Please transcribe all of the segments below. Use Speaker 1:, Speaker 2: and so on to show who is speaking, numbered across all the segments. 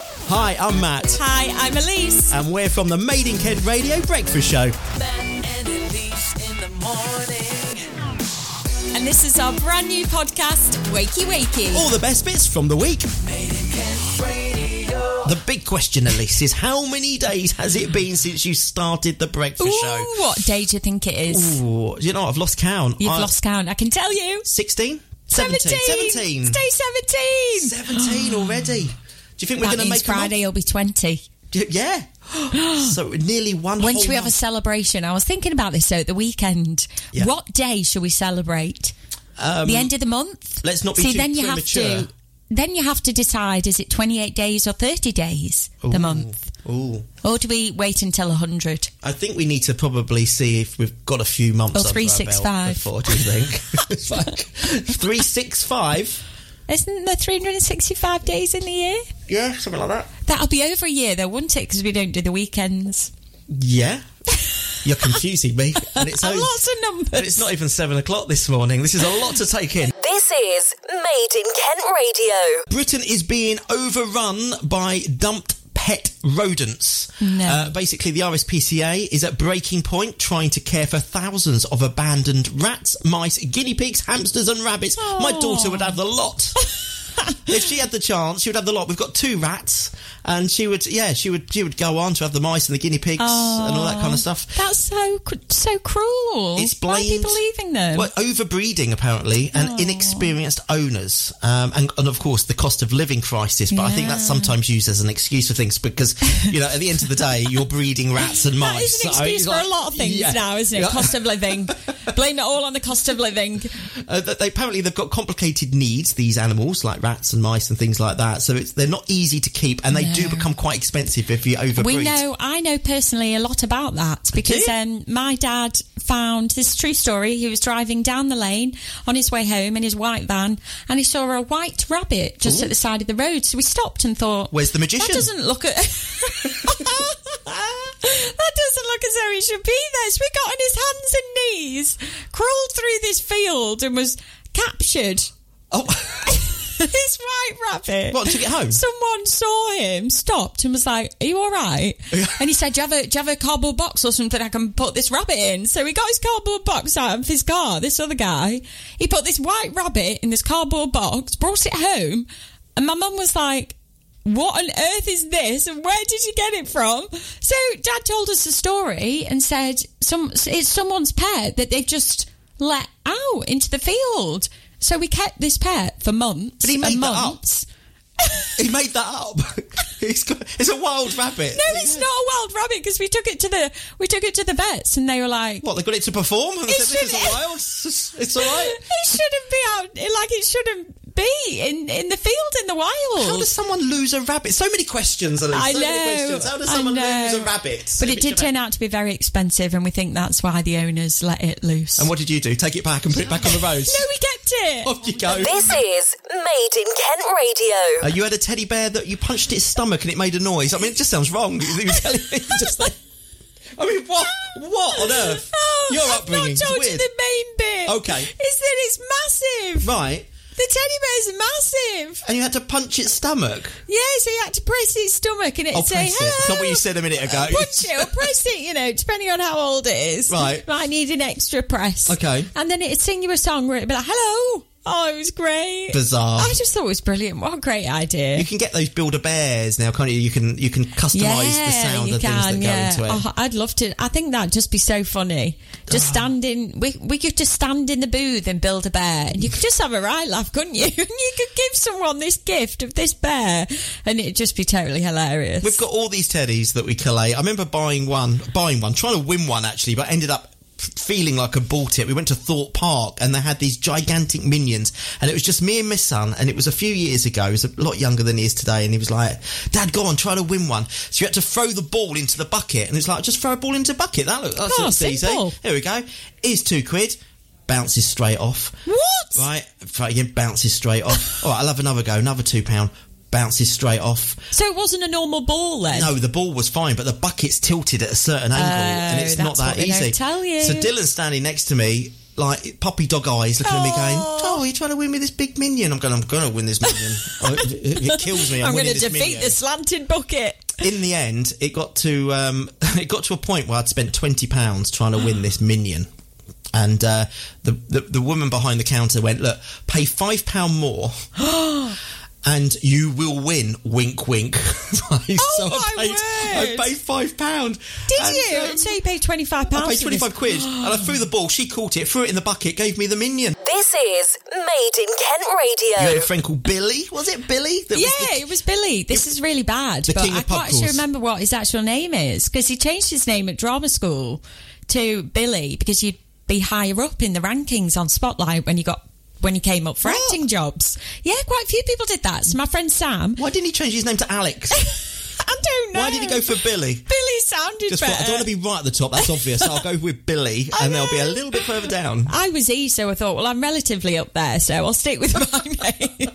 Speaker 1: Hi, I'm Matt,
Speaker 2: Hi, I'm Elise.
Speaker 1: and we're from the Made in Kent Radio Breakfast Show.
Speaker 2: And this is our brand new podcast, Wakey Wakey.
Speaker 1: All the best bits from the week. The big question, Elise, is how many days has it been since you started the breakfast show?
Speaker 2: Ooh, what day do you think it is?
Speaker 1: Ooh, you know, I've lost count. Uh,
Speaker 2: You've
Speaker 1: I-
Speaker 2: lost count. I can tell you.
Speaker 1: 16? 17.
Speaker 2: 17. It's day 17.
Speaker 1: 17 already. Do you think we're
Speaker 2: that
Speaker 1: going to make
Speaker 2: means
Speaker 1: a month?
Speaker 2: Friday will be 20.
Speaker 1: Y- Yeah. so nearly one
Speaker 2: When
Speaker 1: whole
Speaker 2: should we have a
Speaker 1: month.
Speaker 2: celebration? I was thinking about this at the weekend.
Speaker 1: Yeah. Um,
Speaker 2: What day should we celebrate? the end of the month.
Speaker 1: let's not be
Speaker 2: See.
Speaker 1: too
Speaker 2: then you have
Speaker 1: premature.
Speaker 2: to. Then you have to decide: is it twenty-eight days or thirty days the
Speaker 1: Ooh,
Speaker 2: month,
Speaker 1: Ooh.
Speaker 2: or do we wait until hundred?
Speaker 1: I think we need to probably see if we've got a few months
Speaker 2: Or
Speaker 1: under our belt
Speaker 2: 365.
Speaker 1: before, do you think? It's like 365?
Speaker 2: Isn't there three hundred and sixty-five days in the year?
Speaker 1: Yeah, something like that.
Speaker 2: That'll be over a year, though, won't it? Because we don't do the weekends.
Speaker 1: Yeah. You're confusing me. And it's,
Speaker 2: And
Speaker 1: only-
Speaker 2: lots of numbers.
Speaker 1: and it's not even seven o'clock this morning. This is a lot to take in.
Speaker 3: This is Made in Kent Radio.
Speaker 1: Britain is being overrun by dumped pet rodents.
Speaker 2: No.
Speaker 1: Uh, basically, the RSPCA is at breaking point trying to care for thousands of abandoned rats, mice, guinea pigs, hamsters, and rabbits. My
Speaker 2: Aw.
Speaker 1: daughter would have the lot. if she had the chance, she would have the lot. We've got two rats, and she would, yeah, she would, she would go on to have the mice and the guinea pigs and all that kind of stuff.
Speaker 2: That's so cr- so cruel.
Speaker 1: It's
Speaker 2: Why are
Speaker 1: blamed.
Speaker 2: people leaving them?
Speaker 1: Well, overbreeding apparently, and inexperienced owners, um, and and of course the cost of living crisis. But I think that's
Speaker 2: Yeah.
Speaker 1: sometimes used as an excuse for things because you know at the end of the day you're breeding rats and mice.
Speaker 2: That is an
Speaker 1: so
Speaker 2: excuse
Speaker 1: it's
Speaker 2: for
Speaker 1: like-
Speaker 2: a lot of things
Speaker 1: yeah.
Speaker 2: now, isn't it?
Speaker 1: Yeah.
Speaker 2: Cost of living. Blame it all on the cost of living.
Speaker 1: Uh, that they apparently they've got complicated needs. These animals, like rats and mice and things like that, so it's they're not easy to keep, and they do
Speaker 2: No.
Speaker 1: become quite expensive if you overbreed.
Speaker 2: We know, I know personally a lot about that because
Speaker 1: you?
Speaker 2: um, my dad found this is a true story. He was driving down the lane on his way home in his white van and he saw a white rabbit just at the side of the road. So we stopped and thought,
Speaker 1: Where's the magician?
Speaker 2: That doesn't look at. that doesn't look as though he should be there. So we got on his hands and knees, crawled through this field, and was captured.
Speaker 1: Oh,
Speaker 2: this white rabbit.
Speaker 1: What, took it home?
Speaker 2: Someone saw him, stopped, and was like, "Are you all right?" and he said, do you, have a, "Do you have a cardboard box or something I can put this rabbit in?" So he got his cardboard box out of his car. This other guy, he put this white rabbit in this cardboard box, brought it home, and my mum was like. What on earth is this? And where did you get it from? So, Dad told us the story and said, "Some it's someone's pet that they've just let out into the field." So we kept this pet for months.
Speaker 1: But he made
Speaker 2: and
Speaker 1: that up.
Speaker 2: months.
Speaker 1: he made that up. it's, got, it's a wild rabbit.
Speaker 2: No, it's not a wild rabbit because we took it to the we took it to the vets and they were like,
Speaker 1: What they got it to perform? And they
Speaker 2: It
Speaker 1: said, this is
Speaker 2: should-
Speaker 1: wild. It's all right.
Speaker 2: "It shouldn't be out like it shouldn't be in in the field in the
Speaker 1: How
Speaker 2: wild."
Speaker 1: does someone lose a rabbit? So many questions, Elise.
Speaker 2: Oh. I
Speaker 1: so
Speaker 2: know,
Speaker 1: Many questions. How does
Speaker 2: I
Speaker 1: someone
Speaker 2: know.
Speaker 1: lose a rabbit?
Speaker 2: But
Speaker 1: If
Speaker 2: it did
Speaker 1: gonna-
Speaker 2: turn out to be very expensive, and we think that's why the owners let it loose.
Speaker 1: And what did you do? Take it back and put it back on the roads.
Speaker 2: no, we kept it.
Speaker 1: Off you go.
Speaker 3: This is Made in Kent Radio.
Speaker 1: Uh, you had a teddy bear that you punched its stomach and it made a noise. I mean, it just sounds wrong. You were telling me just like- I mean, what? What on earth?
Speaker 2: Oh,
Speaker 1: Your
Speaker 2: I've
Speaker 1: upbringing is
Speaker 2: Not told you
Speaker 1: weird.
Speaker 2: the main bit.
Speaker 1: Okay.
Speaker 2: is that it's massive.
Speaker 1: Right.
Speaker 2: The teddy bear's massive.
Speaker 1: And you had to punch its stomach.
Speaker 2: Yeah, so you had to press its stomach and it'd
Speaker 1: Oh,
Speaker 2: say,
Speaker 1: press it. It's not what
Speaker 2: "Hello."
Speaker 1: you said a minute ago.
Speaker 2: punch it or press it, you know, depending on how old it is.
Speaker 1: Right.
Speaker 2: Might need an extra press.
Speaker 1: Okay.
Speaker 2: And then it'd sing you a song where it'd be like, hello. Oh, it was great.
Speaker 1: Bizarre.
Speaker 2: I just thought it was brilliant. What a great idea.
Speaker 1: You can get those Builder Bears now, can't you? You can you can customise the sound
Speaker 2: you
Speaker 1: and things that go into it.
Speaker 2: Oh, I'd love to. I think that'd just be so funny. Just stand in, we, we could just stand in the booth and build a bear. And you could just have a right laugh, couldn't you? And you could give someone this gift of this bear and it'd just be totally hilarious.
Speaker 1: We've got all these teddies that we collate. I remember buying one, buying one, trying to win one actually, but ended up f- feeling like I bought it. We went to Thorpe Park and they had these gigantic minions and it was just me and my son and it was a few years ago. He was a lot younger than he is today and he was like, Dad, go on, try to win one. So you had to throw the ball into the bucket and it's like, just throw a ball into a bucket. That looks, that
Speaker 2: Oh,
Speaker 1: looks easy.
Speaker 2: simple.
Speaker 1: Here we go. Here's two quid. Bounces straight off.
Speaker 2: what?
Speaker 1: Right, try again, bounces straight off. All right, I'll have another go, another two pound, bounces straight off.
Speaker 2: So it wasn't a normal ball then?
Speaker 1: No, the ball was fine, but the bucket's tilted at a certain angle, and it's
Speaker 2: Oh,
Speaker 1: not
Speaker 2: that's
Speaker 1: that
Speaker 2: what they
Speaker 1: easy.
Speaker 2: don't tell you.
Speaker 1: So Dylan's standing next to me, like puppy dog eyes looking at me going, "Oh, you're trying to win me this big minion." I'm going, "I'm going to win this minion. Oh, if if it kills me. I'm,
Speaker 2: I'm going
Speaker 1: winning
Speaker 2: to
Speaker 1: this
Speaker 2: defeat
Speaker 1: minion."
Speaker 2: the slanted bucket.
Speaker 1: in the end, it got to um, it got to a point where I'd spent twenty pounds trying to win this minion, and uh, the, the the woman behind the counter went, "Look, pay five pound more." And you will win, wink, wink. oh so
Speaker 2: my
Speaker 1: I paid,
Speaker 2: word.
Speaker 1: I paid five pound.
Speaker 2: Did
Speaker 1: And,
Speaker 2: you?
Speaker 1: um,
Speaker 2: so you paid twenty five pounds.
Speaker 1: I paid twenty five quid, and I threw the ball. She caught it, threw it in the bucket, gave me the minion.
Speaker 3: This is Made in Kent
Speaker 1: You had a
Speaker 3: Radio.
Speaker 1: friend called Billy. Was it Billy? That
Speaker 2: Yeah,
Speaker 1: was the-
Speaker 2: it was Billy. This is really bad,
Speaker 1: The
Speaker 2: but
Speaker 1: king
Speaker 2: I
Speaker 1: of pub
Speaker 2: can't actually
Speaker 1: calls.
Speaker 2: remember what his actual name is because he changed his name at drama school to Billy because you'd be higher up in the rankings on Spotlight when you got when you came up for
Speaker 1: What?
Speaker 2: acting jobs. Yeah, quite a few people did that. So my friend Sam,
Speaker 1: Why didn't he change his name to Alex?
Speaker 2: I don't know.
Speaker 1: Why did he go for Billy?
Speaker 2: Billy sounded
Speaker 1: Just
Speaker 2: better.
Speaker 1: thought, I don't want to be right at the top. That's obvious. I'll go with Billy, and they'll be a little bit further down.
Speaker 2: I was E, so I thought, well, I'm relatively up there, so I'll stick with my name.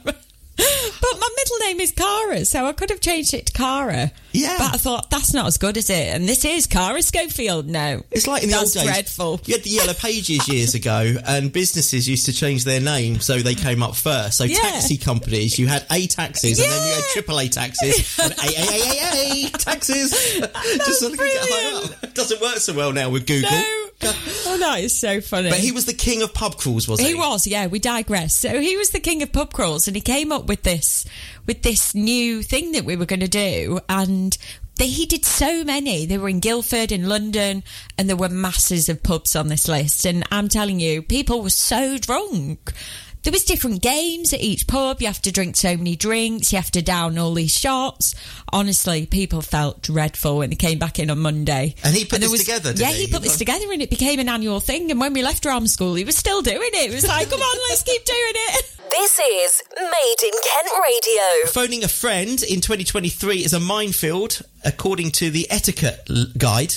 Speaker 2: but my middle name is Cara, so I could have changed it to Cara.
Speaker 1: Yeah.
Speaker 2: But I thought, that's not as good as it. And this is Cara Schofield now.
Speaker 1: It's like in the
Speaker 2: That's
Speaker 1: old days.
Speaker 2: dreadful.
Speaker 1: You had the yellow pages years ago, and businesses used to change their name so they came up first. So
Speaker 2: Yeah.
Speaker 1: taxi companies, you had A taxes, and then you had
Speaker 2: Yeah.
Speaker 1: triple A taxes, and A A A A A taxes. Just so they could get higher
Speaker 2: brilliant.
Speaker 1: up. It doesn't work so well now with Google.
Speaker 2: No. Oh, that is so funny.
Speaker 1: But he was the king of pub crawls, was he?
Speaker 2: He was, yeah. We digress. So he was the king of pub crawls, and he came up with this with this new thing that we were going to do, and. They, he did so many. They were in Guildford, in London, and there were masses of pubs on this list. And I'm telling you, people were so drunk. There was different games at each pub. You have to drink so many drinks. You have to down all these shots. Honestly, people felt dreadful when they came back in on Monday.
Speaker 1: And he put
Speaker 2: there
Speaker 1: this together, didn't
Speaker 2: yeah,
Speaker 1: he?
Speaker 2: he put this together and it became an annual thing. And when we left drama school, he was still doing it. It was like, come on, let's keep doing it.
Speaker 3: This is Made in Kent Radio.
Speaker 1: Phoning a friend in 2023 is a minefield, according to the etiquette l- guide.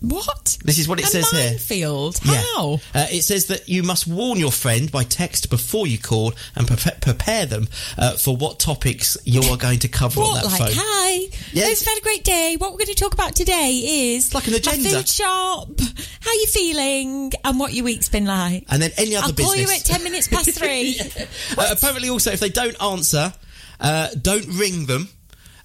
Speaker 2: What?
Speaker 1: This is what it
Speaker 2: a
Speaker 1: says here.
Speaker 2: minefield.
Speaker 1: Yeah.
Speaker 2: How?
Speaker 1: Uh, it says that you must warn your friend by text before you call and pre- prepare them uh, for what topics you are going to cover on
Speaker 2: What,
Speaker 1: that
Speaker 2: like,
Speaker 1: phone.
Speaker 2: hi,
Speaker 1: Yeah.
Speaker 2: hope you've had a great day. What we're going to talk about today is
Speaker 1: like an agenda.
Speaker 2: My food shop, how you feeling, and what your week's been like.
Speaker 1: And then any other
Speaker 2: I'll
Speaker 1: business.
Speaker 2: call you at 10 minutes past three.
Speaker 1: uh, apparently, also, if they don't answer, uh, don't ring them.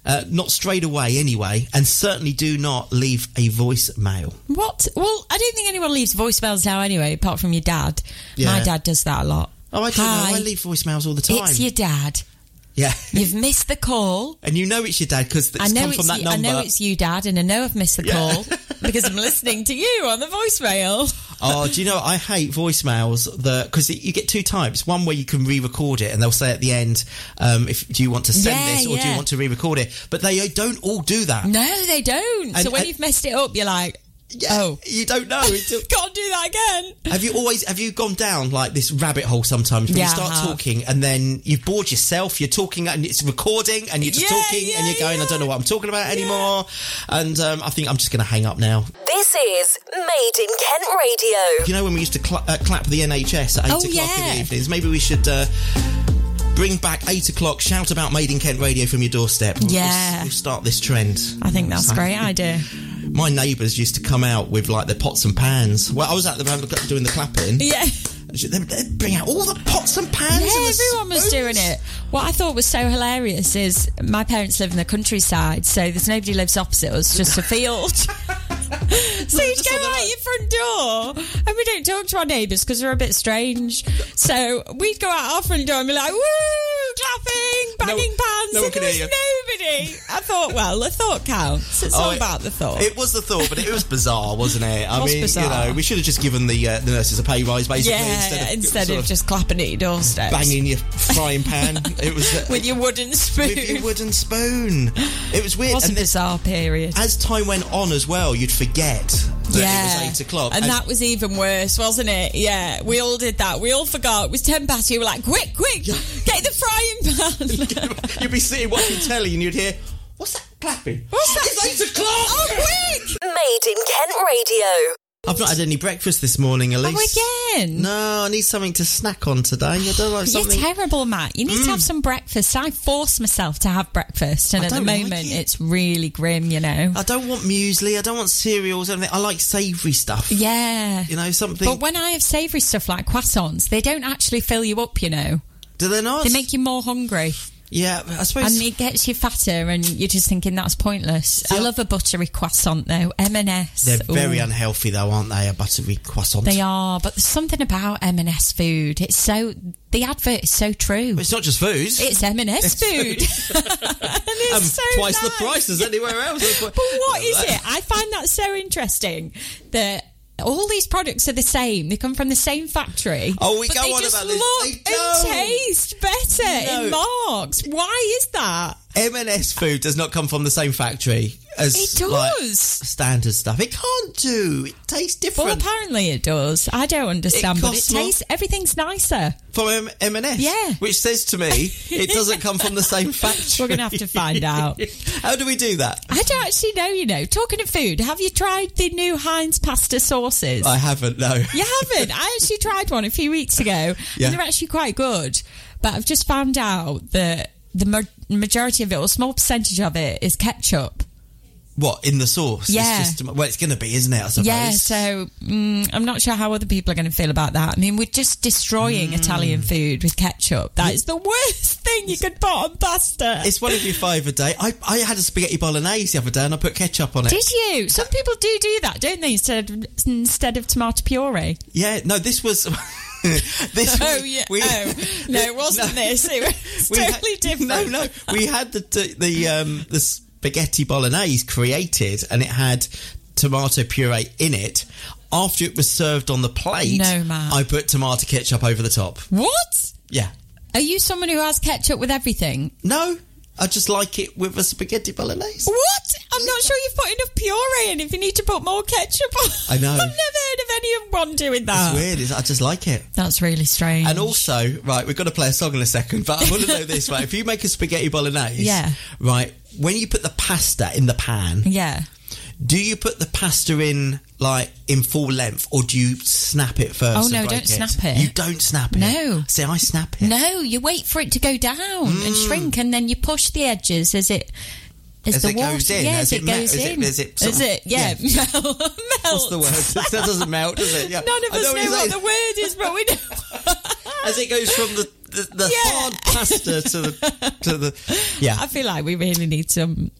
Speaker 1: Uh, not straight away, anyway, and certainly do not leave a voicemail.
Speaker 2: What? Well, I don't think anyone leaves voicemails now anyway, apart from your dad.
Speaker 1: Yeah.
Speaker 2: My dad does that a lot.
Speaker 1: Oh, I don't
Speaker 2: Hi,
Speaker 1: know. I leave voicemails all the time.
Speaker 2: It's your dad.
Speaker 1: yeah,
Speaker 2: You've missed the call.
Speaker 1: and you know it's your dad because it's
Speaker 2: I know
Speaker 1: come
Speaker 2: it's
Speaker 1: from that
Speaker 2: you, I
Speaker 1: number.
Speaker 2: know it's you, Dad, and I know I've missed the
Speaker 1: Yeah.
Speaker 2: call because I'm listening to you on the voicemail.
Speaker 1: Oh, do you know I hate voicemails that because you get two types. One where you can re-record it, and they'll say at the end, um, "If do you want to send
Speaker 2: Yeah,
Speaker 1: this or do you
Speaker 2: yeah. Mm.
Speaker 1: want to re-record it?" But they don't all do that.
Speaker 2: No, they don't. so
Speaker 1: And-
Speaker 2: when
Speaker 1: and-
Speaker 2: you've messed it up, you're like, oh,
Speaker 1: you don't know. Until,
Speaker 2: can't do that again.
Speaker 1: have you always have you gone down like this rabbit hole sometimes where
Speaker 2: Yeah,
Speaker 1: you
Speaker 2: I
Speaker 1: start
Speaker 2: have.
Speaker 1: talking and then you've bored yourself. You're talking and it's recording and you're just
Speaker 2: Yeah,
Speaker 1: talking and
Speaker 2: yeah,
Speaker 1: you're going, "I don't know what I'm talking about anymore," and um, I think I'm just going to hang up now.
Speaker 3: This is Made in Kent Radio.
Speaker 1: You know when we used to cla uh, clap the NHS at eight
Speaker 2: Oh,
Speaker 1: o'clock in
Speaker 2: yeah.
Speaker 1: the evenings? Maybe we should uh, bring back eight o'clock. Shout about Made in Kent radio from your doorstep. We'll- we'll s-
Speaker 2: Yeah.
Speaker 1: we'll start this trend.
Speaker 2: I think that's a great idea.
Speaker 1: My neighbours used to come out with like their pots and pans. Well, I was at the round doing the clapping.
Speaker 2: Yeah.
Speaker 1: They'd they'd bring out all the pots and pans.
Speaker 2: Yeah,
Speaker 1: and the
Speaker 2: everyone was
Speaker 1: spoons.
Speaker 2: doing it. What I thought was so hilarious is my parents live in the countryside, so there's nobody lives opposite us, just a field. so you'd
Speaker 1: Just
Speaker 2: go
Speaker 1: on the
Speaker 2: out your front door, and we don't talk to our neighbours because they're a bit strange. So we'd go out our front door and be like, woo, clapping, banging
Speaker 1: No-
Speaker 2: pans,
Speaker 1: no one
Speaker 2: and
Speaker 1: can
Speaker 2: there was
Speaker 1: hear
Speaker 2: nobody. I thought, well, the thought counts. It's
Speaker 1: Oh,
Speaker 2: all
Speaker 1: it-
Speaker 2: about the thought.
Speaker 1: It was the thought, but it was bizarre, wasn't it? I
Speaker 2: Was
Speaker 1: mean,
Speaker 2: bizarre.
Speaker 1: you know, we should have just given the uh, the nurses a pay rise basically
Speaker 2: yeah,
Speaker 1: instead of, sort
Speaker 2: just clapping at your doorstep.
Speaker 1: banging your frying pan. it was uh,
Speaker 2: With your wooden spoon.
Speaker 1: with your wooden spoon. It was weird.
Speaker 2: it was a
Speaker 1: and then,
Speaker 2: bizarre period.
Speaker 1: as time went on as well, you'd forget that it was eight o'clock.
Speaker 2: And, that was even worse, wasn't it? Yeah, we all did that. We all forgot. It was 10 past. You were like, quick, quick, get the frying pan.
Speaker 1: you'd be sitting watching telly and you'd hear, "What's that clapping?
Speaker 2: What's that?
Speaker 1: It's eight o'clock!"
Speaker 2: oh, quick!
Speaker 3: Made in Kent Radio.
Speaker 1: I've not had any breakfast this morning, Elise.
Speaker 2: Oh, again?
Speaker 1: No, I need something to snack on today. I don't like
Speaker 2: You're
Speaker 1: something. Mm.
Speaker 2: terrible, Matt. You need to have some breakfast. I force myself to have breakfast, and
Speaker 1: I
Speaker 2: at the
Speaker 1: don't like
Speaker 2: moment,
Speaker 1: it.
Speaker 2: it's really grim. You know.
Speaker 1: I don't want muesli. I don't want cereals. Anything. I like savoury stuff.
Speaker 2: yeah.
Speaker 1: You know something.
Speaker 2: But when I have savoury stuff like croissants, they don't actually fill you up. You know,
Speaker 1: Do they not?
Speaker 2: they make you more hungry,
Speaker 1: yeah, I suppose.
Speaker 2: and it gets you fatter, and you're just thinking that's pointless. I
Speaker 1: So-
Speaker 2: love a buttery croissant though. M and S.
Speaker 1: They're very unhealthy, though, aren't they? A buttery croissant.
Speaker 2: They are, but there's something about M and S food. It's so the advert is so true.
Speaker 1: But It's not just foods.
Speaker 2: It's M and S food. And it's
Speaker 1: Um,
Speaker 2: so
Speaker 1: twice the
Speaker 2: nice.
Speaker 1: price as anywhere else.
Speaker 2: But what is it? I find that so interesting that all these products are the same. They come from the same factory.
Speaker 1: Oh, we
Speaker 2: but
Speaker 1: go
Speaker 2: they
Speaker 1: on
Speaker 2: just
Speaker 1: about this.
Speaker 2: look
Speaker 1: They
Speaker 2: and
Speaker 1: don't.
Speaker 2: taste better
Speaker 1: No.
Speaker 2: in marks. Why is that?
Speaker 1: M&S food does not come from the same factory as
Speaker 2: It
Speaker 1: like,
Speaker 2: does.
Speaker 1: standard stuff. It can't do. It tastes
Speaker 2: Well,
Speaker 1: different
Speaker 2: apparently it does. I don't understand, but it
Speaker 1: costs more.
Speaker 2: tastes everything's nicer.
Speaker 1: from M- M&S.
Speaker 2: Yeah.
Speaker 1: which says to me it doesn't come from the same factory.
Speaker 2: We're gonna have to find out.
Speaker 1: How do we do that?
Speaker 2: I don't actually know. You know, talking of food, have you tried the new Heinz pasta sauces?
Speaker 1: I haven't. No.
Speaker 2: You haven't. I actually tried one a few weeks ago,
Speaker 1: Yeah.
Speaker 2: and they're actually quite good. But I've just found out that the ma- majority of it, or small percentage of it, is ketchup.
Speaker 1: What in the sauce?
Speaker 2: Yeah.
Speaker 1: It's just, well, it's going to be, isn't it? I suppose.
Speaker 2: Yeah, so mm, I'm not sure how other people are going to feel about that. I mean, we're just destroying
Speaker 1: Mm.
Speaker 2: Italian food with ketchup. That is the worst thing you could put on pasta.
Speaker 1: It's one of your five a day. I, I had a spaghetti bolognese the other day and I put ketchup on it.
Speaker 2: Did you? Some people do do that, don't they? Instead of, instead of tomato puree.
Speaker 1: yeah, no, this was. this
Speaker 2: Oh
Speaker 1: was,
Speaker 2: yeah.
Speaker 1: we-
Speaker 2: oh no, it wasn't this. It was
Speaker 1: we had-
Speaker 2: totally different.
Speaker 1: No, no, we had the the, the, um, the spaghetti bolognese created, and it had tomato puree in it. After it was served on the plate,
Speaker 2: No, Matt.
Speaker 1: I put tomato ketchup over the top.
Speaker 2: What?
Speaker 1: Yeah,
Speaker 2: Are you someone who has ketchup with everything?
Speaker 1: no, I just like it with a spaghetti bolognese.
Speaker 2: What? I'm not sure you've put enough puree in if you need to put more ketchup on.
Speaker 1: I know.
Speaker 2: I've never heard of anyone doing
Speaker 1: It's
Speaker 2: that.
Speaker 1: weird. It's, I just like it.
Speaker 2: That's really strange.
Speaker 1: And also, right, we've got to play a song in a second, but I want to know this, right? If you make a spaghetti bolognese,
Speaker 2: Yeah.
Speaker 1: right, when you put the pasta in the pan,
Speaker 2: yeah.
Speaker 1: do you put the pasta in like in full length, or do you snap it first?
Speaker 2: Oh,
Speaker 1: and
Speaker 2: no,
Speaker 1: break
Speaker 2: don't snap it.
Speaker 1: You don't snap it.
Speaker 2: No.
Speaker 1: See, I snap it.
Speaker 2: No, you wait for it to go down and shrink, and then you push the edges as it. As,
Speaker 1: Hmm. As
Speaker 2: the
Speaker 1: it
Speaker 2: water,
Speaker 1: goes in,
Speaker 2: yeah,
Speaker 1: as
Speaker 2: as, it
Speaker 1: it mel-
Speaker 2: goes
Speaker 1: as it-
Speaker 2: in,
Speaker 1: as it sort
Speaker 2: As
Speaker 1: of-
Speaker 2: it- yeah, melt,
Speaker 1: What's the word? that doesn't melt, does it? Yeah.
Speaker 2: None of
Speaker 1: I know
Speaker 2: us
Speaker 1: what
Speaker 2: know
Speaker 1: you're saying.
Speaker 2: what the word is, but we know.
Speaker 1: As it goes from the the, the
Speaker 2: Yeah.
Speaker 1: hard pasta to the to the
Speaker 2: I
Speaker 1: yeah.
Speaker 2: feel like we really need some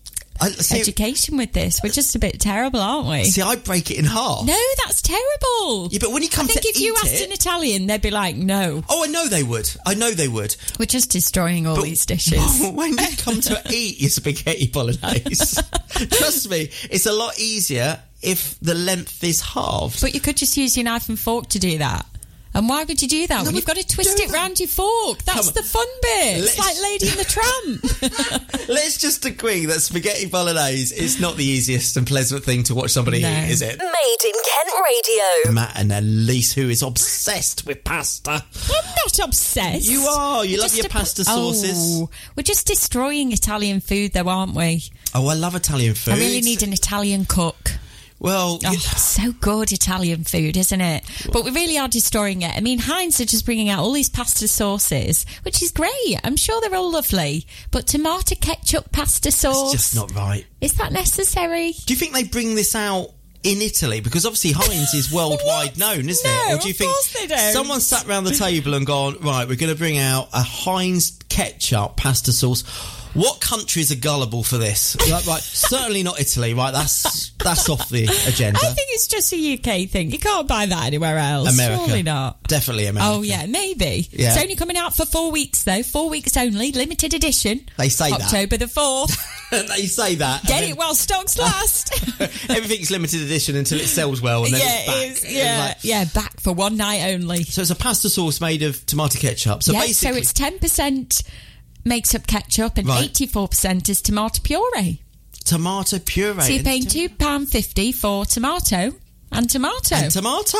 Speaker 1: I, see,
Speaker 2: education with this. We're just a bit terrible, aren't we?
Speaker 1: see, I break it in half.
Speaker 2: No, that's terrible.
Speaker 1: Yeah, but when you come
Speaker 2: I think
Speaker 1: to
Speaker 2: if you
Speaker 1: eat
Speaker 2: asked
Speaker 1: it-
Speaker 2: an Italian, they'd be like, "No,
Speaker 1: Oh, I know they would. I know they would.
Speaker 2: we're just destroying all
Speaker 1: But-
Speaker 2: these dishes."
Speaker 1: when you come to eat your spaghetti bolognese, trust me, it's a lot easier if the length is halved.
Speaker 2: but you could just use your knife and fork to do that. And why would you do that when
Speaker 1: we
Speaker 2: you've got to twist
Speaker 1: do
Speaker 2: it
Speaker 1: that.
Speaker 2: round your fork? That's
Speaker 1: Come on.
Speaker 2: the fun bit. It's
Speaker 1: Let's-
Speaker 2: like Lady in the Tramp.
Speaker 1: Let's just agree that spaghetti bolognese is not the easiest and pleasant thing to watch somebody
Speaker 2: No.
Speaker 1: eat, is it?
Speaker 3: Made in Kent Radio.
Speaker 1: Matt and Elise, who is obsessed with pasta.
Speaker 2: I'm not obsessed.
Speaker 1: You are. You
Speaker 2: We're
Speaker 1: love
Speaker 2: just
Speaker 1: your
Speaker 2: a-
Speaker 1: pasta sauces.
Speaker 2: Oh, we're just destroying Italian food, though, aren't we?
Speaker 1: Oh, I love Italian food.
Speaker 2: I really need an Italian cook.
Speaker 1: Well,
Speaker 2: Oh,
Speaker 1: you-
Speaker 2: it's so good Italian food, isn't it? But we really are destroying it. I mean, Heinz are just bringing out all these pasta sauces, which is great. I'm sure they're all lovely. But tomato ketchup pasta
Speaker 1: it's
Speaker 2: sauce,
Speaker 1: just not right.
Speaker 2: is that necessary?
Speaker 1: Do you think they bring this out in Italy? Because obviously Heinz is worldwide
Speaker 2: What?
Speaker 1: known, isn't
Speaker 2: No,
Speaker 1: it? do you
Speaker 2: of course they don't.
Speaker 1: someone sat round the table and gone, right, we're going to bring out a Heinz ketchup pasta sauce? What countries are gullible for this? Like, right, certainly not Italy. Right, that's that's off the agenda.
Speaker 2: I think it's just a UK thing. You can't buy that anywhere else.
Speaker 1: America,
Speaker 2: Surely not.
Speaker 1: Definitely America.
Speaker 2: Oh yeah, maybe.
Speaker 1: Yeah.
Speaker 2: It's only coming out for four weeks though. Four weeks only, limited edition.
Speaker 1: They say that.
Speaker 2: October the fourth.
Speaker 1: they say that. and
Speaker 2: Get
Speaker 1: then
Speaker 2: it while stocks last.
Speaker 1: Everything's limited edition until it sells well, and then
Speaker 2: yeah,
Speaker 1: it's back.
Speaker 2: it is. Yeah,
Speaker 1: Like-
Speaker 2: yeah, back for one night only.
Speaker 1: so it's a pasta sauce made of tomato ketchup. So
Speaker 2: yes, so
Speaker 1: basically,
Speaker 2: it's ten percent makes up ketchup and
Speaker 1: Right.
Speaker 2: eighty-four percent is tomato puree.
Speaker 1: tomato puree.
Speaker 2: So you're
Speaker 1: and
Speaker 2: paying two pound fifty for tomato and tomato.
Speaker 1: and tomato.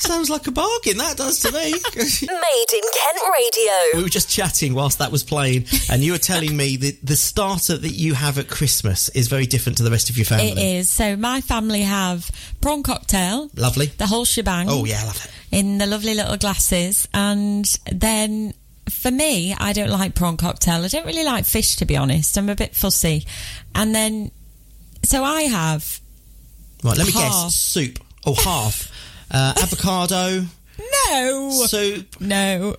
Speaker 1: Sounds like a bargain. That does to me.
Speaker 3: Made in Kent Radio.
Speaker 1: we were just chatting whilst that was playing, and you were telling me that the starter that you have at Christmas is very different to the rest of your family.
Speaker 2: It is. So my family have prawn cocktail,
Speaker 1: Lovely.
Speaker 2: the whole shebang.
Speaker 1: Oh yeah, I love it.
Speaker 2: in the lovely little glasses. And then for me, I don't like prawn cocktail. I don't really like fish, to be honest. I'm a bit fussy. And then, so I have
Speaker 1: Right, let me
Speaker 2: Half.
Speaker 1: guess. Soup. Oh, half. Uh, avocado.
Speaker 2: no,
Speaker 1: soup.
Speaker 2: no,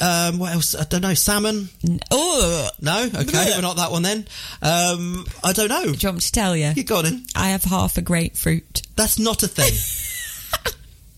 Speaker 1: Um, what else? I don't know. Salmon.
Speaker 2: oh.
Speaker 1: No. Okay, we're not that one then. Um, I don't know.
Speaker 2: Do you want me to tell you?
Speaker 1: You got it.
Speaker 2: I have half a grapefruit.
Speaker 1: That's not a thing.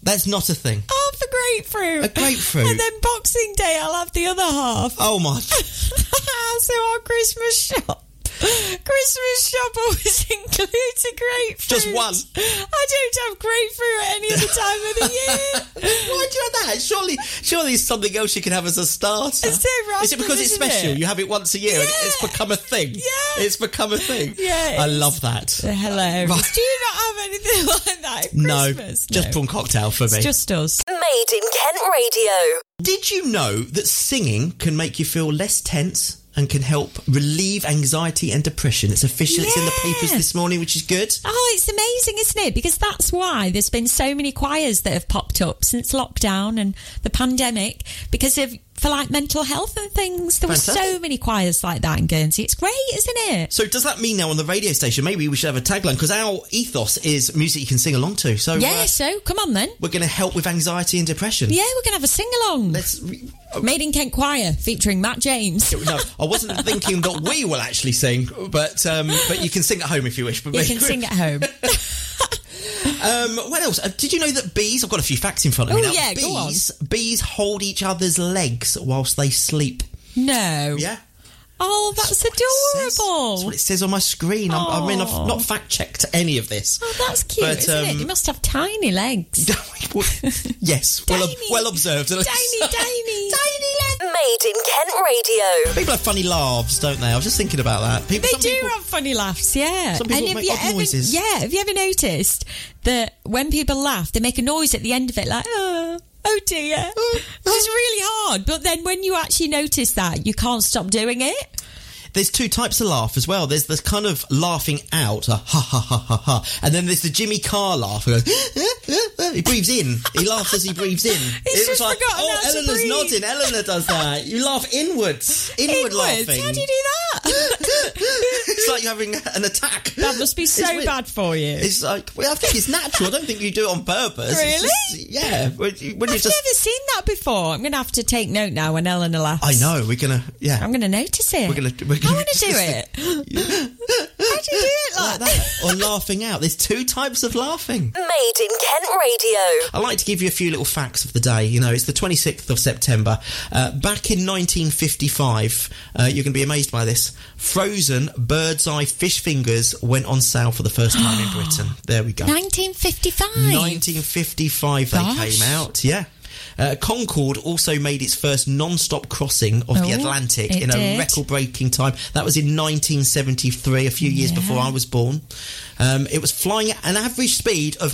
Speaker 1: That's not a thing.
Speaker 2: Half a grapefruit.
Speaker 1: A grapefruit.
Speaker 2: And then Boxing Day, I'll have the other half.
Speaker 1: Oh my.
Speaker 2: so our Christmas shop. Christmas shop always includes a grapefruit.
Speaker 1: Just one.
Speaker 2: I don't have grapefruit at any other time of the year.
Speaker 1: Why do you have that? Surely, surely it's something else you can have as a starter.
Speaker 2: It's so random,
Speaker 1: Is it because it's
Speaker 2: isn't it?
Speaker 1: special? You have it once a year and it's
Speaker 2: Yeah.
Speaker 1: become a thing.
Speaker 2: Yeah.
Speaker 1: It's become a thing.
Speaker 2: Yeah,
Speaker 1: I
Speaker 2: it's-
Speaker 1: love that.
Speaker 2: They're hilarious.
Speaker 1: Right.
Speaker 2: Do you not have anything like that at
Speaker 1: No,
Speaker 2: Christmas?
Speaker 1: just prawn cocktail for me.
Speaker 2: It's just us.
Speaker 3: Made in Kent Radio.
Speaker 1: Did you know that singing can make you feel less tense and can help relieve anxiety and depression? It's official. It's in the
Speaker 2: Yeah.
Speaker 1: papers this morning, which is good.
Speaker 2: Oh, it's amazing, isn't it? Because that's why there's been so many choirs that have popped up since lockdown and the pandemic because of for like mental health and things. There were so
Speaker 1: Fantastic.
Speaker 2: many choirs like that in Guernsey. It's great, isn't it?
Speaker 1: So does that mean now on the radio station, maybe we should have a tagline because our ethos is music you can sing along to. So uh,
Speaker 2: Yeah, so come on then.
Speaker 1: we're going to help with anxiety and depression.
Speaker 2: Yeah, we're going to have a sing along.
Speaker 1: Let's. Re- oh,
Speaker 2: Made in Kent Choir featuring Matt James.
Speaker 1: no, I wasn't thinking that we will actually sing, but um, but you can sing at home if you wish. But
Speaker 2: You can sing at home.
Speaker 1: Um, what else? Uh, did you know that bees? I've got a few facts in front of me
Speaker 2: Oh,
Speaker 1: now.
Speaker 2: yeah,
Speaker 1: bees,
Speaker 2: go on.
Speaker 1: Bees hold each other's legs whilst they sleep.
Speaker 2: No.
Speaker 1: Yeah.
Speaker 2: Oh, that's
Speaker 1: Says- That's
Speaker 2: adorable.
Speaker 1: what it says on my screen. I'm, I mean, I've
Speaker 2: Aw.
Speaker 1: not fact checked any of this.
Speaker 2: Oh, that's cute,
Speaker 1: But,
Speaker 2: isn't it?
Speaker 1: um,
Speaker 2: You must have tiny legs.
Speaker 1: yes, well, ob-
Speaker 2: Tiny.
Speaker 1: well observed.
Speaker 2: Tiny, tiny. tiny legs.
Speaker 3: Made in Kent Radio.
Speaker 1: People have funny laughs, don't they? I was just thinking about that. People,
Speaker 2: They
Speaker 1: some
Speaker 2: do
Speaker 1: people-
Speaker 2: have funny laughs, yeah.
Speaker 1: Some people
Speaker 2: have
Speaker 1: make
Speaker 2: you
Speaker 1: odd
Speaker 2: ever,
Speaker 1: noises.
Speaker 2: Yeah, have you ever noticed that when people laugh, they make a noise at the end of it, like, oh, oh dear. it's really hard. But then when you actually notice that, you can't stop doing it.
Speaker 1: There's two types of laugh as well. There's the kind of laughing out, a ha ha ha ha ha, and then there's the Jimmy Carr laugh. Who goes, "Eh, he breathes in. He laughs as he breathes in.
Speaker 2: He's
Speaker 1: It's
Speaker 2: just
Speaker 1: like,
Speaker 2: forgotten
Speaker 1: oh,
Speaker 2: how to
Speaker 1: Eleanor's
Speaker 2: breathe."
Speaker 1: nodding. Eleanor does that. You laugh inwards, inward
Speaker 2: Inwards.
Speaker 1: laughing.
Speaker 2: How do you do that?
Speaker 1: it's like you're having an attack.
Speaker 2: that must be so bad for you.
Speaker 1: It's like well, I think it's natural. I don't think you do it on purpose. It's
Speaker 2: Really?
Speaker 1: just- yeah. When you, when you
Speaker 2: I've
Speaker 1: just,
Speaker 2: never seen that before. I'm going to have to take note now when Eleanor laughs.
Speaker 1: I know we're gonna. Yeah,
Speaker 2: I'm going to notice it.
Speaker 1: We're gonna- we're gonna
Speaker 2: I want to do
Speaker 1: just-
Speaker 2: it. How do you do it like,
Speaker 1: like that. or laughing out. There's two types of laughing.
Speaker 3: Made in Kent Radio.
Speaker 1: I like to give you a few little facts of the day. You know, it's the 26th of September. Uh, back in 1955, uh, you're going to be amazed by this. Frozen bird's eye fish fingers went on sale for the first time in Britain. There we go.
Speaker 2: 1955.
Speaker 1: 1955 they
Speaker 2: Gosh.
Speaker 1: came out. Yeah. Uh, Concord also made its first non-stop crossing of the
Speaker 2: Oh,
Speaker 1: Atlantic
Speaker 2: it
Speaker 1: in a
Speaker 2: did.
Speaker 1: record-breaking time. That was in 1973, a few years before I was born. Um, it was flying at an average speed of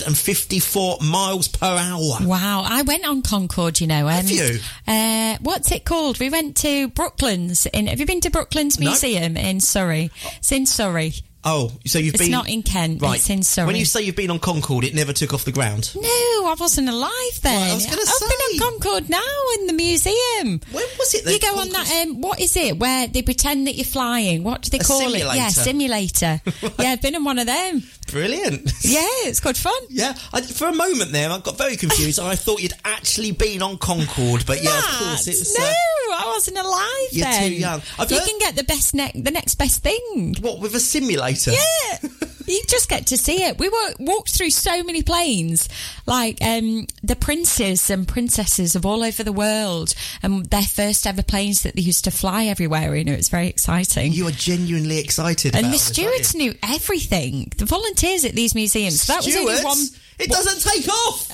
Speaker 1: 954 miles per hour.
Speaker 2: Wow, I went on Concord, you know. Have
Speaker 1: you?
Speaker 2: Uh, what's it called? We went to Brooklands. In have you been to Brooklands
Speaker 1: No.
Speaker 2: Museum in Surrey? It's in Surrey.
Speaker 1: Oh, so you've
Speaker 2: It's
Speaker 1: been
Speaker 2: not in Kent.
Speaker 1: right?
Speaker 2: It's in Surrey.
Speaker 1: When you say you've been on Concord, it never took off the ground.
Speaker 2: no, I wasn't alive then.
Speaker 1: Well, I was gonna
Speaker 2: have
Speaker 1: say.
Speaker 2: been on Concord now in the museum.
Speaker 1: When was it? that
Speaker 2: You go on
Speaker 1: Concord-
Speaker 2: that. Um, what is it? Where they pretend that you're flying? What do they
Speaker 1: A
Speaker 2: call it? Yeah,
Speaker 1: simulator.
Speaker 2: simulator. yeah, I've been in one of them.
Speaker 1: Brilliant.
Speaker 2: Yeah, it's good fun.
Speaker 1: Yeah, I, for a moment there, I got very confused. I thought you'd actually been on Concord, but yeah, of course,
Speaker 2: Matt,
Speaker 1: it's
Speaker 2: no,
Speaker 1: uh,
Speaker 2: I wasn't alive
Speaker 1: You're too
Speaker 2: then.
Speaker 1: young. I've
Speaker 2: you
Speaker 1: heard-
Speaker 2: can get the best ne- the next best thing.
Speaker 1: what with a simulator.
Speaker 2: Yeah. You just get to see it. We wa- walked through so many planes, like um, the princes and princesses of all over the world, and their first ever planes that they used to fly everywhere. You know, it's very exciting.
Speaker 1: You are genuinely excited.
Speaker 2: and
Speaker 1: about
Speaker 2: the
Speaker 1: this, aren't
Speaker 2: stewards
Speaker 1: you?
Speaker 2: knew everything. The volunteers at these museums. That was only
Speaker 1: Stewards?
Speaker 2: one.
Speaker 1: It doesn't take off.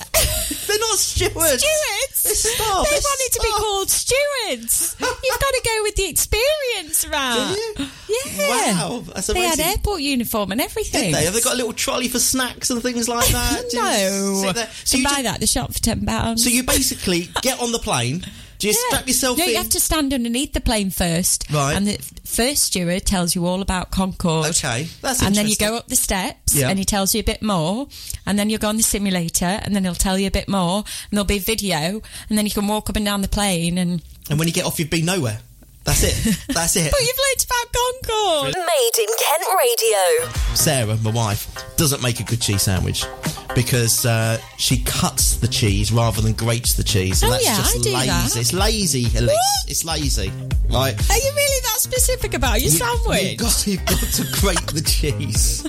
Speaker 1: They're not stewards.
Speaker 2: Stewards!
Speaker 1: They're staff.
Speaker 2: They
Speaker 1: They're
Speaker 2: wanted to be
Speaker 1: staff.
Speaker 2: called stewards. You've got to go with the experience, right?
Speaker 1: Did you?
Speaker 2: Yeah.
Speaker 1: Wow, that's
Speaker 2: They had
Speaker 1: amazing.
Speaker 2: airport uniform and
Speaker 1: Did
Speaker 2: everything.
Speaker 1: they? Have they got a little trolley for snacks and things like that? Do you
Speaker 2: no.
Speaker 1: sit there? So
Speaker 2: you
Speaker 1: you,
Speaker 2: buy
Speaker 1: just-
Speaker 2: that at the shop for ten pounds.
Speaker 1: so you basically get on the plane, just strap yourself
Speaker 2: no,
Speaker 1: in.
Speaker 2: you have to stand underneath the plane first.
Speaker 1: Right.
Speaker 2: And the f- first steward tells you all about Concorde.
Speaker 1: Okay, that's
Speaker 2: And then you
Speaker 1: interesting.
Speaker 2: go up the steps
Speaker 1: Yeah.
Speaker 2: and he tells you a bit more. And then you'll go on the simulator and then he'll tell you a bit more. And there'll be video. And then you can walk up and down the plane. And
Speaker 1: And when you get off, you've been nowhere. That's it. That's it.
Speaker 2: But you've learnt about Concorde.
Speaker 3: Made in Kent Radio.
Speaker 1: Sarah, my wife, doesn't make a good cheese sandwich because uh, she cuts the cheese rather than grates the cheese. And
Speaker 2: Oh,
Speaker 1: that's
Speaker 2: yeah,
Speaker 1: just
Speaker 2: I do
Speaker 1: lazy.
Speaker 2: that.
Speaker 1: It's lazy, Elise.
Speaker 2: What?
Speaker 1: It's lazy. Right.
Speaker 2: Are you really that specific about your
Speaker 1: You-
Speaker 2: sandwich?
Speaker 1: You've got, you've got to grate the cheese.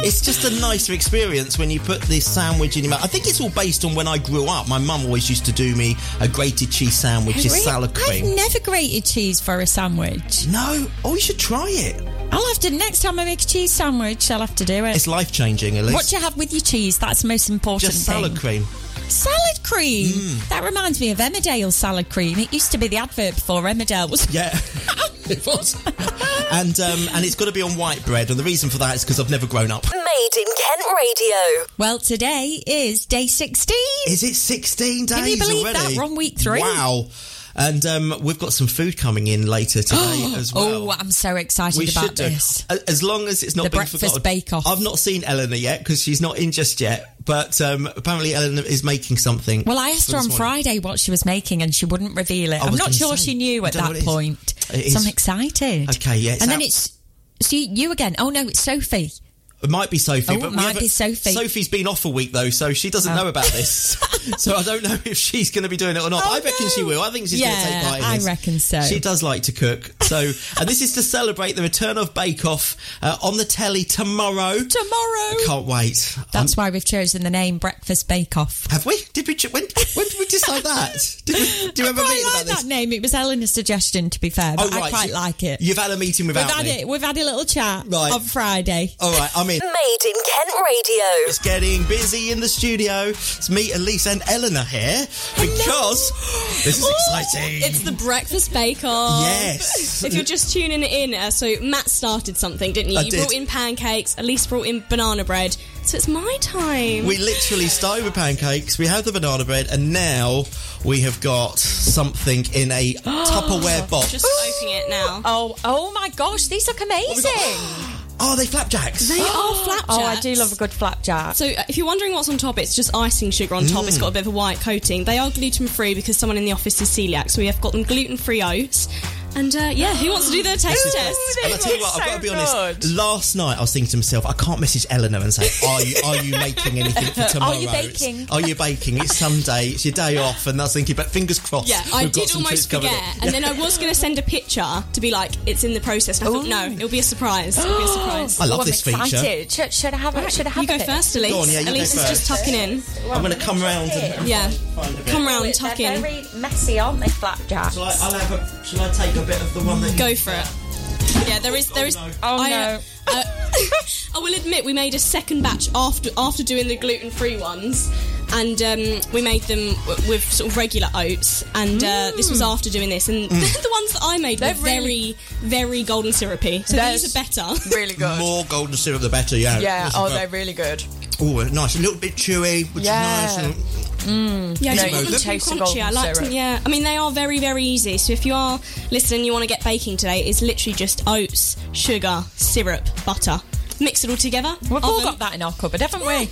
Speaker 1: it's just a nicer experience when you put this sandwich in your mouth. I think it's all based on when I grew up. My mum always used to do me a grated cheese sandwich, is
Speaker 2: Really?
Speaker 1: salad cream.
Speaker 2: I've never grated cheese for a sandwich.
Speaker 1: no, oh, you should try it.
Speaker 2: I'll have to next time I make a cheese sandwich. I'll have to do it.
Speaker 1: It's life changing, Elise.
Speaker 2: what do you have with your cheese? That's the most important
Speaker 1: just
Speaker 2: thing.
Speaker 1: salad cream. Mm.
Speaker 2: Salad cream. That reminds me of Emmerdale salad cream. It used to be the advert before Emmerdale was.
Speaker 1: Yeah, it was. and um, and it's got to be on white bread, and the reason for that is because I've never grown up.
Speaker 3: Made in Kent Radio.
Speaker 2: Well, today is day sixteen.
Speaker 1: Is it sixteen days?
Speaker 2: you believe that?
Speaker 1: already?
Speaker 2: We're on week three.
Speaker 1: Wow. And um, we've got some food coming in later today as well.
Speaker 2: Oh, I'm so excited
Speaker 1: we
Speaker 2: about
Speaker 1: should do.
Speaker 2: this.
Speaker 1: A- As long as it's not
Speaker 2: The
Speaker 1: been
Speaker 2: breakfast
Speaker 1: forgotten.
Speaker 2: bake-off.
Speaker 1: I've not seen Eleanor yet because she's not in just yet. But um, apparently Eleanor is making something.
Speaker 2: Well, I asked
Speaker 1: for
Speaker 2: her
Speaker 1: this
Speaker 2: on
Speaker 1: morning.
Speaker 2: Friday what she was making, and she wouldn't reveal it. I'm
Speaker 1: was
Speaker 2: not
Speaker 1: gonna
Speaker 2: sure
Speaker 1: say,
Speaker 2: she knew
Speaker 1: I
Speaker 2: at
Speaker 1: don't know
Speaker 2: that
Speaker 1: what it is.
Speaker 2: point.
Speaker 1: It is-
Speaker 2: So I'm excited.
Speaker 1: Okay, yeah, it's
Speaker 2: and
Speaker 1: out-
Speaker 2: then it's see you again. Oh no, it's Sophie.
Speaker 1: It might be Sophie.
Speaker 2: Oh,
Speaker 1: but
Speaker 2: it
Speaker 1: we
Speaker 2: might
Speaker 1: haven't-
Speaker 2: be Sophie.
Speaker 1: Sophie's been off a week though, so she doesn't
Speaker 2: Oh.
Speaker 1: know about this. so I don't know if she's going to be doing it or not.
Speaker 2: Oh,
Speaker 1: I reckon
Speaker 2: no.
Speaker 1: she will. I think she's going to take
Speaker 2: Yeah,
Speaker 1: part in
Speaker 2: I
Speaker 1: this.
Speaker 2: reckon so.
Speaker 1: She does like to cook. So, and this is to celebrate the return of Bake Off uh, on the telly tomorrow.
Speaker 2: Tomorrow.
Speaker 1: Can't wait.
Speaker 2: That's why we've chosen the name Breakfast Bake Off.
Speaker 1: Have we? Did we? ch- When, when did we decide that? Did we, do you
Speaker 2: I
Speaker 1: remember meeting about
Speaker 2: quite like
Speaker 1: this? Oh,
Speaker 2: that name. It was Eleanor's suggestion, to be fair, but I quite
Speaker 1: you-
Speaker 2: like it.
Speaker 1: You've had a meeting
Speaker 2: We've
Speaker 1: without
Speaker 2: had
Speaker 1: me.
Speaker 2: it. We've had a little chat
Speaker 1: Right.
Speaker 2: on Friday.
Speaker 1: All right, I'm in.
Speaker 3: Made in Kent Radio.
Speaker 1: It's getting busy in the studio. It's me, Elise, and Eleanor here because this is exciting.
Speaker 4: It's the breakfast bake off.
Speaker 1: Yes.
Speaker 4: If you're just tuning in, uh, so Matt started something, didn't you?
Speaker 1: I
Speaker 4: you
Speaker 1: did.
Speaker 4: brought in pancakes. Elise brought in banana bread. So it's my time.
Speaker 1: We literally started with pancakes, we had the banana bread, and now we have got something in a Tupperware box.
Speaker 4: just opening it now.
Speaker 2: Oh, oh my gosh, these look amazing.
Speaker 1: Are Oh, they flapjacks?
Speaker 4: They are flapjacks.
Speaker 2: Oh, I do love a good flapjack.
Speaker 4: So, uh, if you're wondering what's on top, it's just icing sugar on top. It's got a bit of a white coating. They are gluten free because someone in the office is celiac, so we have got them gluten free oats. And uh, yeah, who wants to do their taste test?
Speaker 1: And I tell you what, I've got to be honest.
Speaker 2: good.
Speaker 1: Last night, I was thinking to myself, I can't message Eleanor and say, "Are you, are you making anything for tomorrow?
Speaker 2: you
Speaker 1: It's-
Speaker 2: baking?
Speaker 1: are you baking? It's Sunday. It's your day off." And I was thinking, but fingers crossed.
Speaker 4: Yeah, I
Speaker 1: we've got
Speaker 4: did
Speaker 1: some treats
Speaker 4: almost
Speaker 1: covered
Speaker 4: forget,
Speaker 1: in.
Speaker 4: and then I was going to send a picture to be like, "It's in the process." And I thought,
Speaker 2: Ooh.
Speaker 4: no,
Speaker 1: Oh.
Speaker 4: it'll be a surprise. It'll be a surprise.
Speaker 1: I love
Speaker 2: Oh, I'm
Speaker 1: this feature.
Speaker 2: excited. Should, should I have it? Should I have
Speaker 4: You go
Speaker 2: it?
Speaker 4: first, Elise.
Speaker 1: Go on, yeah, you go
Speaker 4: Elise is
Speaker 1: first.
Speaker 4: just tucking in.
Speaker 1: I'm going to come round. And,
Speaker 4: Yeah,
Speaker 1: Find a bit.
Speaker 4: come
Speaker 2: Look,
Speaker 4: round, tuck
Speaker 2: They're
Speaker 4: in.
Speaker 2: very messy, aren't they, flapjacks?
Speaker 1: shall I, I'll have a, shall I take a bit of the one that?
Speaker 4: Go for it. Yeah, there is, there is.
Speaker 1: no.
Speaker 2: Oh,
Speaker 4: I,
Speaker 2: no.
Speaker 4: uh, I will admit, we made a second batch after after doing the gluten free ones, and um, we made them w- with sort of regular oats. And uh, this was after doing this, and
Speaker 1: Mm.
Speaker 4: the ones that I made
Speaker 2: Mm. They're
Speaker 4: were
Speaker 2: really-
Speaker 4: very, very golden syrupy. So
Speaker 5: They're
Speaker 4: these are better.
Speaker 5: really good.
Speaker 1: More golden syrup, the better. Yeah.
Speaker 5: yeah,
Speaker 1: That's
Speaker 5: oh,
Speaker 1: about-
Speaker 5: they're really good.
Speaker 1: Oh, nice. A little bit chewy, which
Speaker 5: Yeah.
Speaker 1: is nice. And,
Speaker 4: Yeah,
Speaker 1: No,
Speaker 4: I just
Speaker 1: you
Speaker 4: want them
Speaker 1: can
Speaker 4: to
Speaker 5: taste the
Speaker 4: be crunchy.
Speaker 5: golden
Speaker 4: I like
Speaker 5: syrup.
Speaker 4: them, yeah. I mean, they are very, very easy. So if you are listening, you want to get baking today, it's literally just oats, sugar, syrup, butter. Mix it all together.
Speaker 2: We've all
Speaker 4: oven.
Speaker 2: got that in our cupboard, haven't we?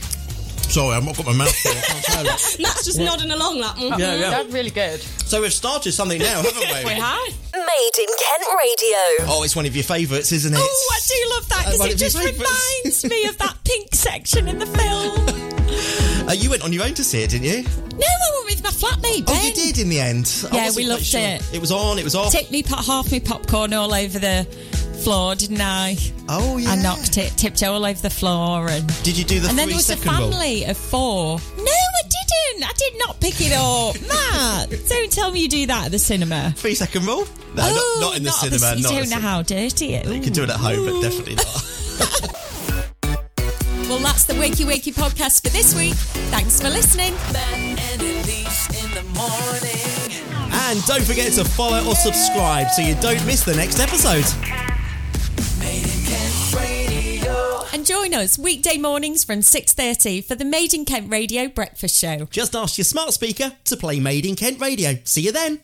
Speaker 1: sorry, I've not got my mouth full. I can't tell it.
Speaker 4: Matt's just nodding along like, mm.
Speaker 1: Yeah, yeah.
Speaker 5: They're really good.
Speaker 1: So we've started something now, haven't we?
Speaker 2: have.
Speaker 3: Made in Kent Radio.
Speaker 1: Oh, it's one of your favourites, isn't it?
Speaker 2: Oh, I do love that
Speaker 1: One
Speaker 2: because
Speaker 1: of
Speaker 2: it
Speaker 1: your
Speaker 2: just
Speaker 1: favourites.
Speaker 2: reminds me of that pink section in the film.
Speaker 1: Uh, you went on your own to see it, didn't you?
Speaker 2: No, I went with my flatmate, Ben.
Speaker 1: Oh, you did in the end. I
Speaker 2: Yeah,
Speaker 1: wasn't
Speaker 2: we
Speaker 1: quite
Speaker 2: loved
Speaker 1: sure.
Speaker 2: it.
Speaker 1: It was on. It was off.
Speaker 2: Tipped me po- half my popcorn all over the floor, didn't I?
Speaker 1: oh, yeah.
Speaker 2: I knocked it, tiptoe all over the floor, and
Speaker 1: Did you do the
Speaker 2: and then
Speaker 1: three
Speaker 2: there was a
Speaker 1: second roll?
Speaker 2: family of four. No, I didn't. I did not pick it up, Matt. Don't tell me you do that at the cinema.
Speaker 1: Three second roll? No, Uh, not-
Speaker 2: Oh,
Speaker 1: not, in the
Speaker 2: at
Speaker 1: cinema.
Speaker 2: you
Speaker 1: not in
Speaker 2: don't
Speaker 1: the
Speaker 2: know
Speaker 1: cinema.
Speaker 2: how dirty it.
Speaker 1: You can do it at home, but definitely not.
Speaker 2: Well, that's the Wakey Wakey podcast for this week. Thanks for listening.
Speaker 5: Matt and Elise in the morning.
Speaker 1: And don't forget to follow or subscribe so you don't miss the next episode.
Speaker 5: Made in Kent Radio.
Speaker 2: And join us weekday mornings from 6.30 for the Made in Kent Radio Breakfast Show.
Speaker 1: Just ask your smart speaker to play Made in Kent Radio. See you then.